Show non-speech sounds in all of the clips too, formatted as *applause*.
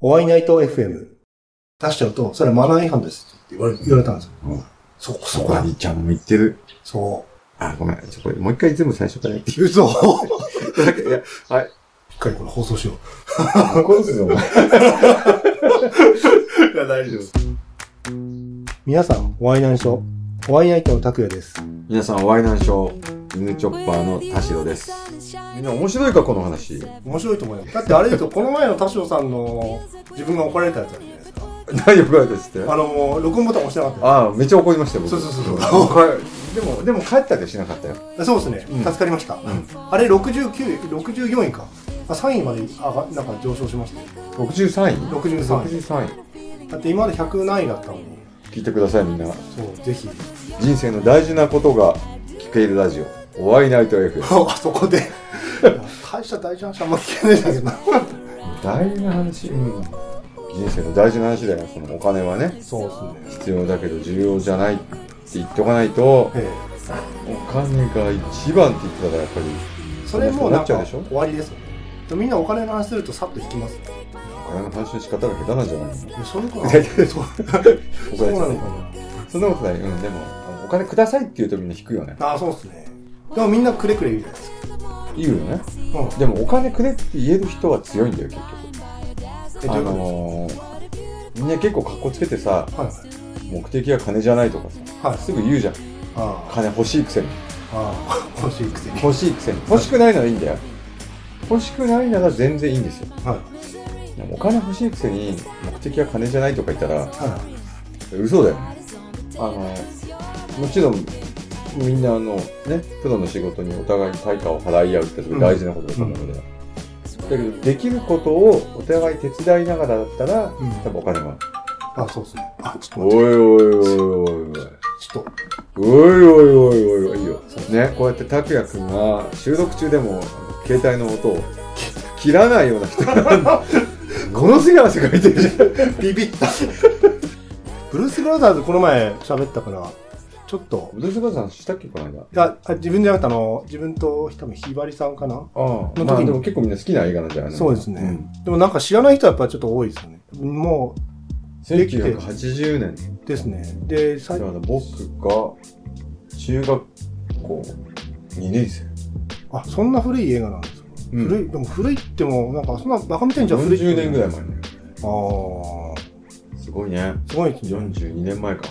お会いないと FM 出しちゃうと、それはマナー違反ですって言われ言われたんですよ。うんそこ、そそここだ。にちゃんも言ってる。そあ、ごめん。ちょ、これ、もう一回全部最初からやって。う。嘘一いや、はい。回これ放送しよう。こうすよ、いや、大丈夫。皆さん、お会いないしょ。お会いないとの拓也です。皆さん、ワイナンショー、犬チョッパーの田代です。みんな面白いか、この話。面白いと思います。だってあれですよ、この前の田代さんの自分が怒られたやつあるじゃないですか。大丈夫かですって。あの、もう録音ボタン押してなかっああ、めっちゃ怒りましたよ、僕。そうそうそうそう帰でも、でも帰ったりはしなかったよ。た。そうですうんね。助かりました。んあれ、69位、64位か。あ3位まで上が、なんか上昇しましたね。 63位63 63位。位。だって今まで100何位だったのに。聞いてください、みんな。そう、ぜひ。人生の大事なことが聞けるラジオ。お会いナイト F。あそこで。大した大事な話あんま聞けないんだけどな。大事な話。人生の大事な話だよ。そのお金はね、そうですね。必要だけど重要じゃないって言っとかないと、えお金が一番って言ってたから、やっぱり。え。それもうなんなっかちゃうでしょ終わりですよね。でもみんなお金の話するとさっと引きます。お金の話の仕方が下手なんじゃないのいやそういうこと大そうそうなのかそんなことない。うん、でも、あのお金くださいって言うとみんな引くよね。な。ああ、そうですね。でもみんなくれくれ言うじゃないです言うよね。か。うん。でもお金くれって言える人は強いんだよ、結え、局。あどういうこのー、みんな結構格好つけてさ、とはい目的は金じゃないとかはい。はさ、い。すぐ言うじゃん。ああ、金欲しいくせに。ああ、欲しいくせに。欲しいくせに。欲しくないならいいんだよ。欲しくないなら全然いいんですよ。はい。でもお金欲しいくせに、目的は金じゃないとか言ったら、は嘘だよね。あの、もちろん、みんなあの、ね、プロの仕事にお互いに対価を払い合うってすごい大事なことだと思うので、だけど、できることをお互い手伝いながらだったら、ん多分お金は。い。あ、そうですね。あ、ちょっとお待って。いおいおいおいちょっと。おいおいおいおいおいおいおいいいよ。ね、こうやって拓也くんが収録中でも携帯の音を切らないような人な *laughs* んだものすごい汗かいてるじゃん。ビビった。ブルース・ブラザーズこの前喋ったから、ちょっと。ブルースバーさんしたっけこの間。いや、あ自分じゃなくて、あの、自分と、多分ひばりさんかなああ、のまあ時にでも結構みんな好きな映画なんじゃないのそうですねでもなんか知らない人はやっぱちょっと多いですよね。もうん、1980年。う、ですね。で、だ最から僕が中学校2年生。あ、そんな古い映画なんですか、うん古い、でも古いっても、なんかそんなバカみたいにじゃ古いって40年ぐらいあ前ね。あー、すごいね。すごいですね。 42年前か。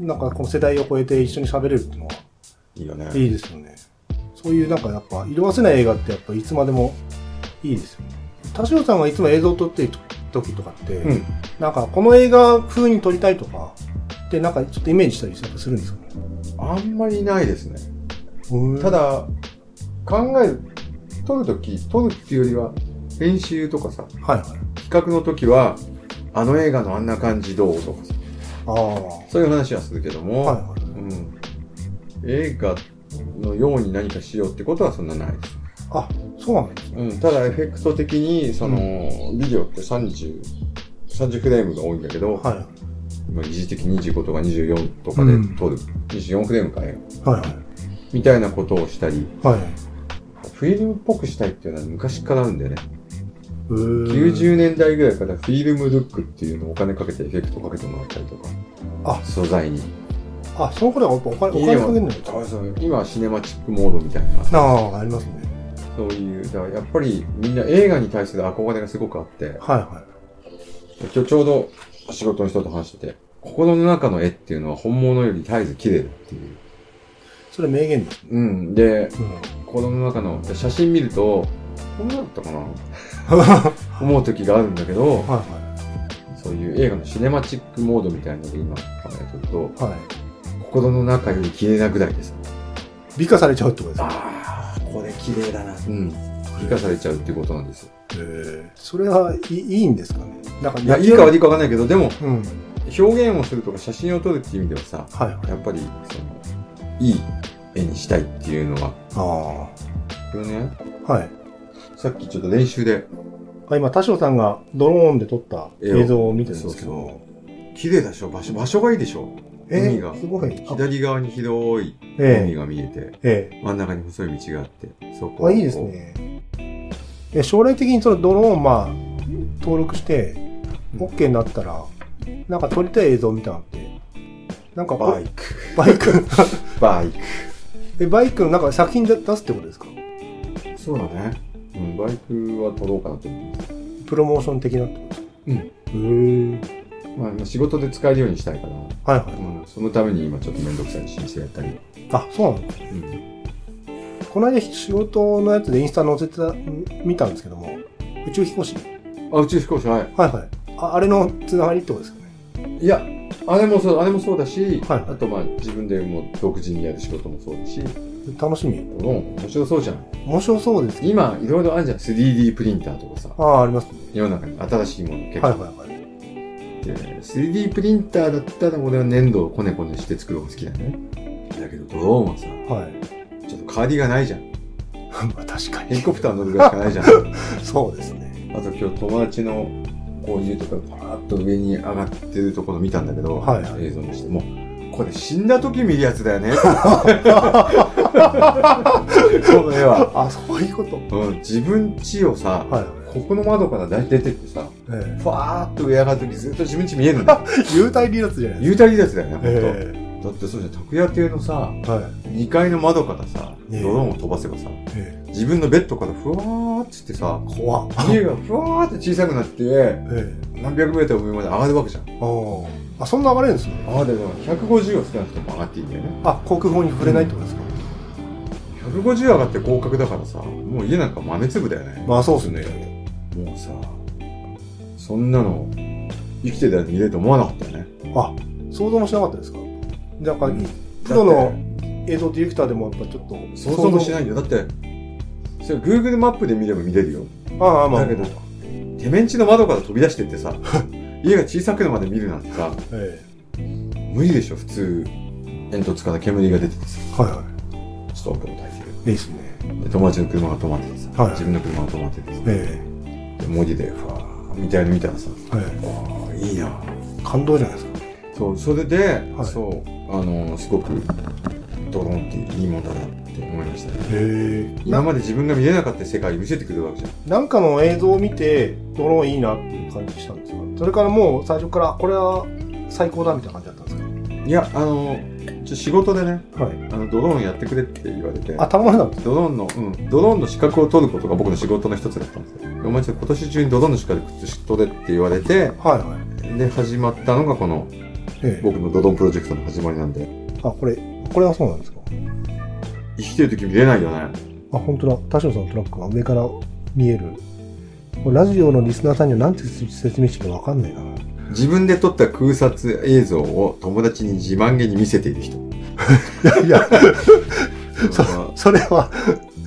なんかこの世代を超えて一緒に喋れるっていうのは、いいよね。いいですよね。そういうなんかやっぱ、色褪せない映画ってやっぱいつまでもいいですよね。田代さんがいつも映像を撮ってる時とかって、うん。なんかこの映画風に撮りたいとか、でなんかちょっとイメージしたりやっぱするんですかねあんまりないですね。うんた、だ、考える、撮るとき、撮るっていうよりは、編集とかさ、はいはい。企画のときは、あの映画のあんな感じどうとかさ、ああ、はそういう話はするけども、いはい。うん、映画のように何かしようってことはそんなないです、あ、そうなんですね。うん、ただエフェクト的にその、ビデオって3030フレームが多いんだけど、は今一時的に25とか24とかでうん撮る、24フレームかよい。はいみたいなことをしたりはい。はい。フィルムっぽくしたいっていうのは昔からあるんだよね、うーん90年代ぐらいからフィルムルックっていうのをお金かけてエフェクトかけてもらったりとかあ素材にあ、その頃はやっぱお金、お金かけるのよ。そうそう今はシネマチックモードみたいなああ、ありますね。そういう、だからやっぱりみんな映画に対する憧れがすごくあって、はいは今日ちょうど仕事の人と話してて、心の中の絵っていうのは本物より絶えず綺麗だっていう。い。それ名言です。うん。うで、ん。心の中の写真見ると、こんなだった *laughs* かな思う時があるんだけど、はそういう映画のシネマチックモードみたいなので今考えてると、いはい。はい。心の中より綺麗なぐらいです。美化されちゃうってことですかああ、これ綺麗だな。うん。生かされちゃうっていうことなんですよ。それはい、いいんですかねなんか、いや、いいか悪いかわかんないけど、でも、うん。表現をするとか写真を撮るっていう意味ではさ、はいはい。やっぱり、その、いい絵にしたいっていうのが、ああ。これね、はい。さっきちょっと練習で、あ今、田代さんがドローンで撮った映像を見てるんですけそうど。綺麗だでしょ場所、場所がいいでしょえ海がー、すごい。あ左側に広い海ええが見えて、え真ん中に細い道があって、そこえ。あ、いいですね。え、将来的にそのドローン、まあ、登録して、 OK になったら、なんか撮りたい映像みたいなのあって、なんかこうバイク。バイク。 *laughs* バイク。え、バイクのなんか作品で出すってことですかそうだね。うん、バイクは取ろうかなと思ってます。プロモーション的なってことうんですかへえ。まあ今仕事で使えるようにしたいから、はいはうん、そのために今ちょっとめんどくさい申請やったり。い。あ、そうなのうん。この間仕事のやつでインスタ載せてた、ん見たんですけども、宇宙飛行士あ、宇宙飛行士、はい。はいはい。ああれのつながりってことですかね。いや、あれもそう、あれもそうだし、はいあとまあ自分でもう独自にやる仕事もそうだし、楽しみ。うん、面白そうじゃん。面白そうですね。今、いろいろあるじゃん。3D プリンターとかさ、ああ、ありますね。世の中に新しいもの結構はあいっはいはい。て、3D プリンターだったら俺は粘土をこねこねして作るのが好きだね。だけどドローンはさ、はい。 *laughs* ちょっと代わりがないじゃん。まあ確かヘリに。コプター乗るぐらいしかないじゃん。あそうですね。と今日友達の購入とかパーッと上に上がってるところ見たんだけど、はいはい映像にしても、これ死んだ時見るやつだよ *laughs* ね。この絵は。あ、そういうこと。うん、自分家をさ、はいはい。ここの窓から出てってさ、えファーっと上上がるときずっと自分家見えるん *laughs* だよ。え、幽体離脱じゃないですか。幽体離脱だよね、ほんと。えだってそうじゃん、拓也邸のさ、えはい。 2階の窓からさ、ええドローンを飛ばせばさ、え自分のベッドからふわーっつってさ、え、怖っ。家がふわーって小さくなって、え何百メートル上まで上がるわけじゃん。え、ああ。あ、そんな上がれるんですね。ああ、でも150は少なくとも上がっていいんだよね。あ、航空法に触れないってことですか。 150上がって合格だからさ、もう家なんか豆粒だよね。まあそうっすね。もうさ、そんなの、生きてたら見れると思わなかったよね。あ、想像もしなかったですか。なんか、うんプロだっのて映像ディレクターでもやっぱちょっと想像もしないよ。だって、それ Google マップで見れば見れるよ。ああああ、まあ。だけど、てめんちの窓から飛び出してってさ、 *laughs* 家が小さくのまで見るなんてさ、え無理でしょ、普通。煙突から煙が出ててさ、え、はいはストーブも焚いてい。いいですね。る。で、友達の車が止まっててさ、はい自分の車が止まっててさ、えで、文字で、ふわーみたいの見たらさ、え、えあーいいなえ、感動じゃないですか。そう、それで、はいそう、あの、すごく、ドローンっていいもんだなって思いましたね。ええ、今まで自分が見れなかった世界を見せてくれるわけじゃん。なんかの映像を見て、ドローンいいなっていう感じしたんですかそれからもう最初から、これは最高だみたいな感じだったんですいや、あの、ちょ仕事でね、かはい。あの、ドローンやってくれって言われて、あ、たまになんですドローンの、うん、ドローンの資格を取ることが僕の仕事の一つだったんですよ。お前ちょっと今年中にドローンの資格取れって言われて、はいはい。で、始まったのがこの、ええ、僕のドローンプロジェクトの始まりなんで、あ、これ、これはそうなんですか生きてる時見れないよね。あ、本当だ。田代さんのトラックが上から見える。これラジオのリスナーさんには何て説明していいか分かんないな。 *laughs* 自分で撮った空撮映像を友達に自慢げに見せている人。いや、それは、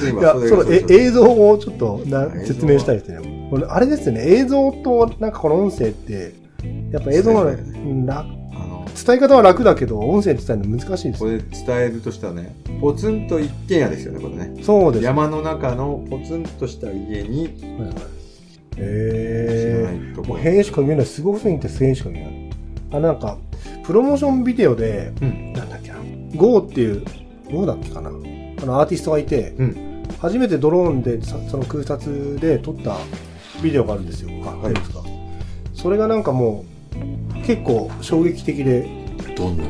でい今や、そそれがのえ映像をちょっとな映像は説明したいですね。これあれですね、映像となんかこの音声って、やっぱ映像のそ方うがですねうんらあの、伝え方は楽だけど、音声で伝えるの難しいですこ。れ伝えるとしたらね、ポツンと一軒家ですよね、これね。そうです。山の中のポツンとした家に、へ知らないとー。もこう変しか見えない。すごすぎて1000円しか見えない。あ、なんか、プロモーションビデオで、うんなんだっけな、GO っていう、GO だっけかな。あの、アーティストがいて、う初めてドローンで、さその空撮で撮ったビデオがあるんですよ。あ、はいですか。それがなんかもう、結構衝撃的で、どんな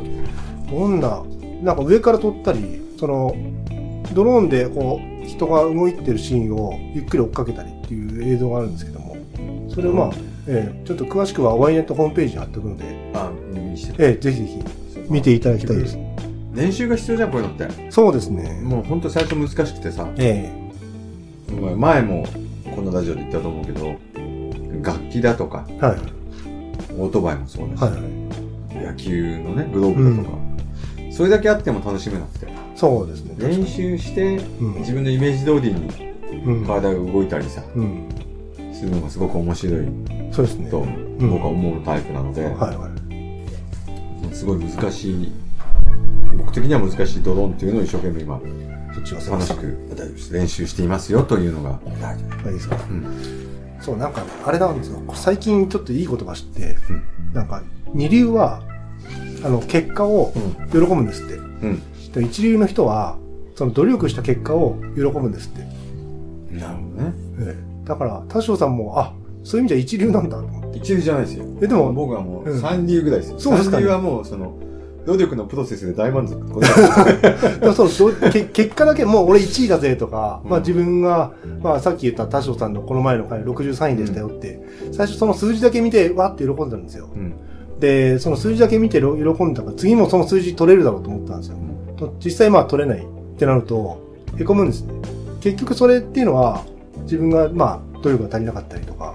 どんな、なんか上から撮ったり、その、ドローンでこう、人が動いてるシーンをゆっくり追っかけたりっていう映像があるんですけども、それをまあ、うんええちょっと詳しくはワイネットホームページに貼っておくので、あ、見せてええぜひぜひ見ていただきたいです。練習が必要じゃん、こういうのって。そうですね。もうほんと最初難しくてさ、え前もこのラジオで言ったと思うけど、楽器だとか、えはい。オートバイもそうだし、はい。野球のね、グローブだとか、それだけあっても楽しめなくて。そうですね。練習して、うん自分のイメージ通りにうん。体が動いたりさ、うん。するのがすごく面白いそうですね。と、ん僕は思うタイプなので、はいはい。すごい難しい、僕的には難しいドローンっていうのを一生懸命今、そっちは楽しく大丈夫です練習していますよというのが、いいですか。うんそう、なんかね、あれなんですよ。最近ちょっといい言葉知って、うんなんか、二流は、あの、結果を喜ぶんですって。うんで一流の人は、その努力した結果を喜ぶんですって。なるほどねええだから、田代さんも、あ、そういう意味じゃ一流なんだと思って。 *laughs* 一流じゃないですよ。え、でも、僕はもううん三流ぐらいですよ。そうですかね三流はもう、その、努力のプロセスで *laughs* 大満足。でもそのどうけ結果だけ、もう俺1位だぜとか、うんまあ自分が、まあさっき言った田代さんのこの前の回63位でしたよって、最初その数字だけ見て、わーって喜んでたんですよ。うん。で、その数字だけ見てろ喜んだから、次もその数字取れるだろうと思ったんですよ。と実際まあ取れないってなると、へこむんですね。結局それっていうのは、自分がまあ努力が足りなかったりとか、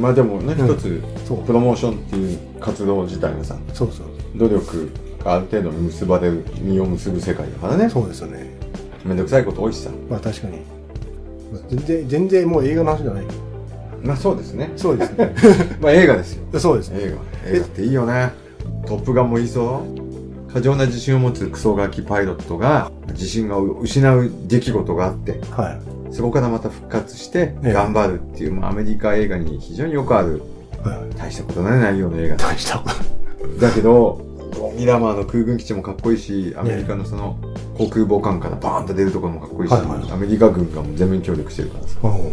まあでもね、うん一つ、そう、プロモーションっていう活動自体がさ、そうそう、努力がある程度結ばれる、身を結ぶ世界だからね。そうですよね。めんどくさいこと多いしさ。まあ確かに。全然、全然もう映画の話じゃない。まあそうですね。そうですね。まあ映画ですよ。そうですね。映画。映画っていいよね。トップガンもいいぞ。過剰な自信を持つクソガキパイロットが、自信を失う出来事があって、はそこからまた復活して、ええ頑張るっていう、まあアメリカ映画に非常によくある、い。はい、大したことない内容の映画。大したことだけど、ミラマーの空軍基地もかっこいいし、アメリカのその、航空母艦からバーンと出るところもかっこいいし、はいはいアメリカ軍がもう全面協力してるからさ。うん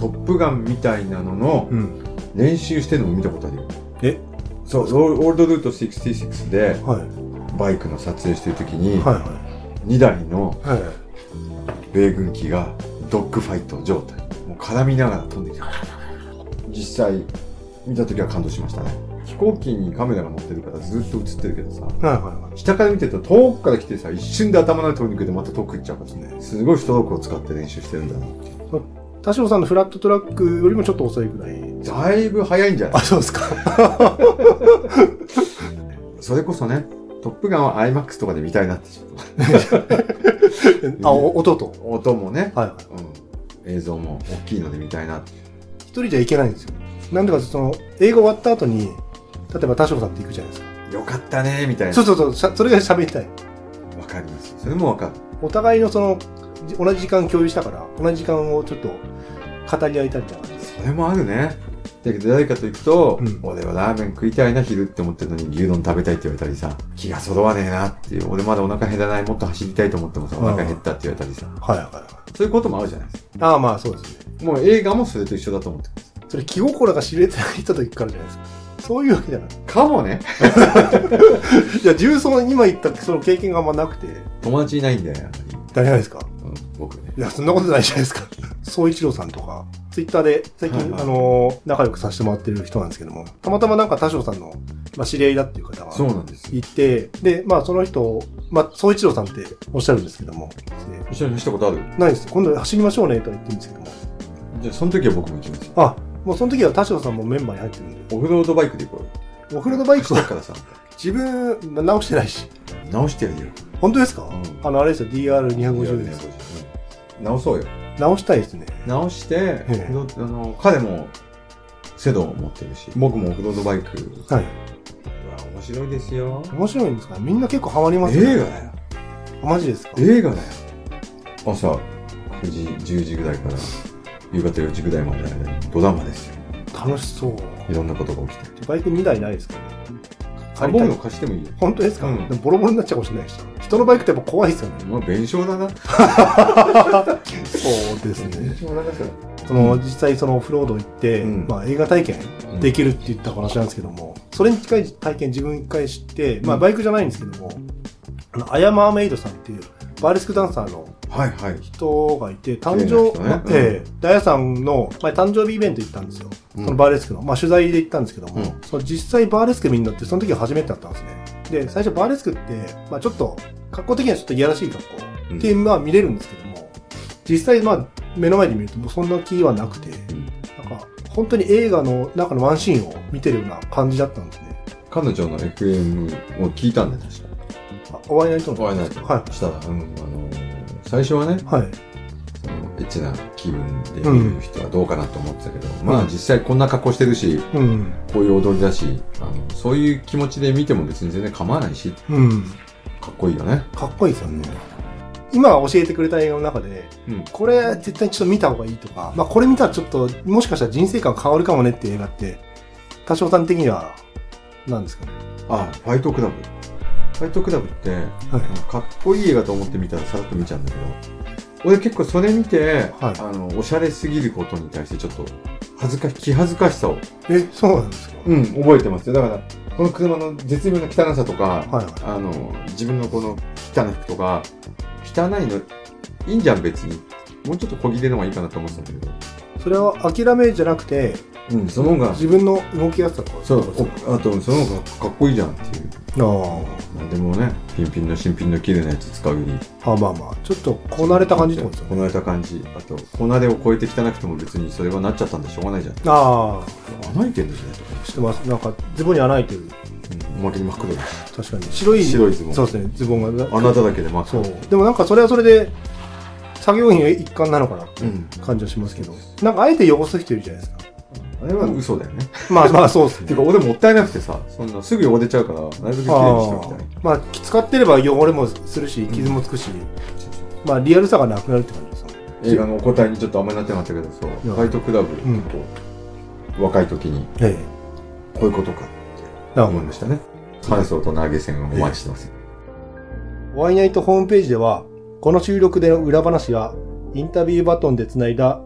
トップガンみたいなのの、うん。練習してるのも見たことあるよ。えそう、ローオールドルート66で、はい。バイクの撮影してる時に、はい2台のはい。はい。米軍機がドッグファイト状態もう絡みながら飛んできた実際見た時は感動しましたね飛行機にカメラが持ってるからずっと映ってるけどさはいは下から見てると遠くから来てさ一瞬で頭の通り抜けてまた遠く行っちゃうからねすごいストロークを使って練習してるんだなっていうい。田代さんのフラットトラックよりもちょっと遅いくらい。だいぶ早いんじゃなあ、いそうですか。それこそね「トップガン」は IMAX とかで見たいなってちょっ *laughs* あ、お音と。と音もね、はいはい。うん、映像も大きいので見たいなって一人じゃいけないんですよ。なんでかってその、映画終わった後に、例えば田代さんって行くじゃないですか。よかったねみたいなそうそうそうしゃ、それが喋りたい。わかりますそれもわかるお互いのその、じ同じ時間共有したから、同じ時間をちょっと語り合いたいみたいな感じです。それもあるね。だけど誰かと行くと、うん俺はラーメン食いたいな昼って思ってるのに牛丼食べたいって言われたりさ、気が揃わねえなっていう、俺まだお腹減らない、もっと走りたいと思ってもさ、お腹減ったって言われたりさ、はいはいはい。そういうこともあるじゃないですか。ああまあそうですね。もう映画もそれと一緒だと思ってます。それ気心が知れてない人と行くからじゃないですか。そういうわけじゃない。かもね、いや、重曹に今言ったその経験があんまなくて、友達いないんだよ、やっぱり。大変ですかうん、僕ね。いや、そんなことないじゃないですか。総一郎さんとか、ツイッターで最近、はいはいあのー仲良くさせてもらってる人なんですけども、たまたまなんか田代さんの、まあ、知り合いだっていう方そうがなんですよ。いて、で、まあその人、まあ総一郎さんっておっしゃるんですけども、で一緒にしたことあるないです。今度走りましょうねとは言ってるんですけども、じゃあ、その時は僕も行きますよ。あ、もうその時は田代さんもメンバーに入ってるんで、オフロードバイクで行こうよ。オフロードバイクだはからさ、自分、まあ直してないし、 *laughs* 直してやるよ。本当ですか、んあの、あれですよ、DR250 です。うん直そうよ。直したいですね。直して、ええロあの彼もセドンを持ってるし僕もオフロードバイクはい。は面白いですよ面白いんですかねみんな結構ハマりますよね映画だよマジですか映画だよ朝9時10時ぐらいから夕方4時ぐらいまでの間にドラマですよ楽しそう。いろんなことが起きてバイク2台ないですかねあ借り僕たいの貸してもいいよ本当ですか、うんでもボロボロになっちゃうかもしれないし。人のバイクってやっぱ怖いですよね。まあ弁償だなそうです弁。償だなそれ *laughs* その、実際そのオフロード行って、うんまあ映画体験うんできるって言った話なんですけども、それに近い体験自分一回知って、まあうんバイクじゃないんですけども、あの、アヤマーメイドさんっていうバーレスクダンサーのはいはい人がいて、誕生、綺麗な人ねええダイヤさんの前誕生日イベント行ったんですよ。うんそのバーレスクの。まあ取材で行ったんですけども、うんその実際バーレスク見になって、その時が初めてだったんですね。で、最初バーレスクって、まあちょっと、格好的にはちょっといやらしい格好うんって、まあ見れるんですけども、実際まあ目の前で見るともうそんな気はなくて、んなんか本当に映画の中のワンシーンを見てるような感じだったんですね。彼女の FM を聞いたんだよ確かあお会いないとのお会いになるはしたら、うん、あの最初はい。ねはい。そのエッチな気分で見る人はどうかなと思ってたけど、まあ実際こんな格好してるし、うん。こういう踊りだし、あのそういう気持ちで見ても別に全然構わないし、うん。かっこいいよね。かっこいいですよね。今教えてくれた映画の中で、うんこれ絶対ちょっと見た方がいいとか、まあこれ見たらちょっと、もしかしたら人生観変わるかもねっていう映画って、多少さん的には、なんですかね。あ、ファイトクラブ。ファイトクラブって、あのかっこいい映画と思って見たらさらっと見ちゃうんだけど、俺結構それ見て、はいあの、おしゃれすぎることに対してちょっと、恥ずかし、気恥ずかしさを、え、そうなんですかうん、覚えてますよ。だから、この車の絶妙な汚さとか、はいはいあの、自分のこの汚い服とか、汚いの、いいんじゃん別に。もうちょっと小切れの方がいいかなと思ってたんだそれは諦めじゃなくて、けど。うん、その方が、自分の動きやすさとか。そうそう、おあと、その方がかっこいいじゃんっていう。あまあでもね、ピンピンの新品の綺麗なやつ使うより、あ。あまあまあ、ちょっとこなれた感じってことですよこね。なれた感じ。あと、こなれを超えて汚くても別にそれはなっちゃったんでしょうがないじゃん。あ穴開いてるんですね、とか。あ、してます。なんか、ズボンに穴開いてる。うん、おまけに真っ黒だ確し。かに。白い、白いズボンそうですね、ズボンが。穴だらけで真っそ黒。う。でもなんかそれはそれで、作業員一環なのかなってうん。感じはしますけど。なんかあえて汚す人いるじゃないですか。あれは嘘だよね。まあまあそうですてね。か、俺もったいなくてさ、そんなすぐ汚れちゃうから、なるべく綺麗にしておきたい。あーまあ、使ってれば汚れもするし、傷もつくし、まあリアルさがなくなるって感じですよね。映画のお答えにちょっとあんまりなってなかったけど、そう、フやァイトクラブ、んこう若い時に、えこういうことか、え。なるほ思いどましたね。感想と投げ銭をお待ちしてます。ワイナイトホームページでは、この収録での裏話や、インタビューバトンでつないだ、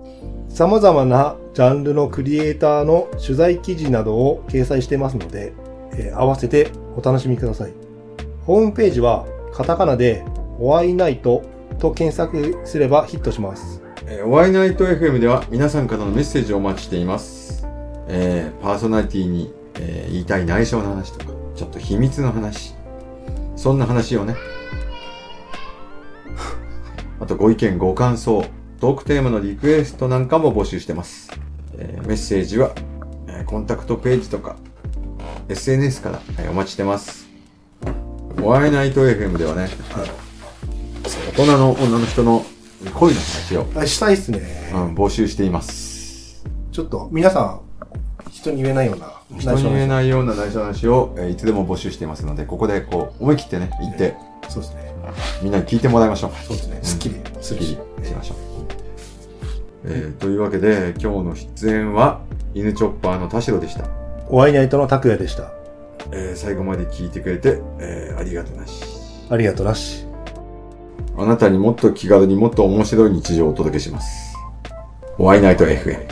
様々なジャンルのクリエイターの取材記事などを掲載してますので、えー合わせてお楽しみください。ホームページは、カタカナで、ワイナイトと検索すればヒットします。えー、ワイナイト FM では皆さんからのメッセージをお待ちしています。えーパーソナリティに、えー言いたい内緒の話とか、ちょっと秘密の話。そんな話をね。 *laughs* あとご意見、ご感想、トークテーマのリクエストなんかも募集してます。えーメッセージは、えーコンタクトページとか、SNS から、えーお待ちしてます。ワイナイト FM ではね、あの大人の女の人の恋の話をあしたいっすね。うん、募集しています。ちょっと、皆さん、人に言えないような、人に言え内ないような内緒話を、えーいつでも募集していますので、ここでこう、思い切ってね、言って、緒話そうですね。みんなに聞いてもらいましょう。そうですね。すっきりすすっるきし。りしましょう。えーというわけで、今日の出演は、犬チョッパーの田代でした。ワイナイトの拓也でした。えー最後まで聞いてくれて、えーありがとなし。ありがとうなし。あなたにもっと気軽にもっと面白い日常をお届けします。ホワイナイト FM。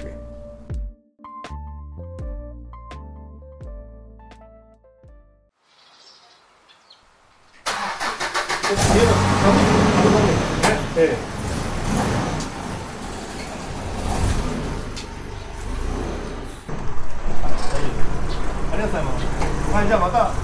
ありがとうございます。はい、じゃあまた。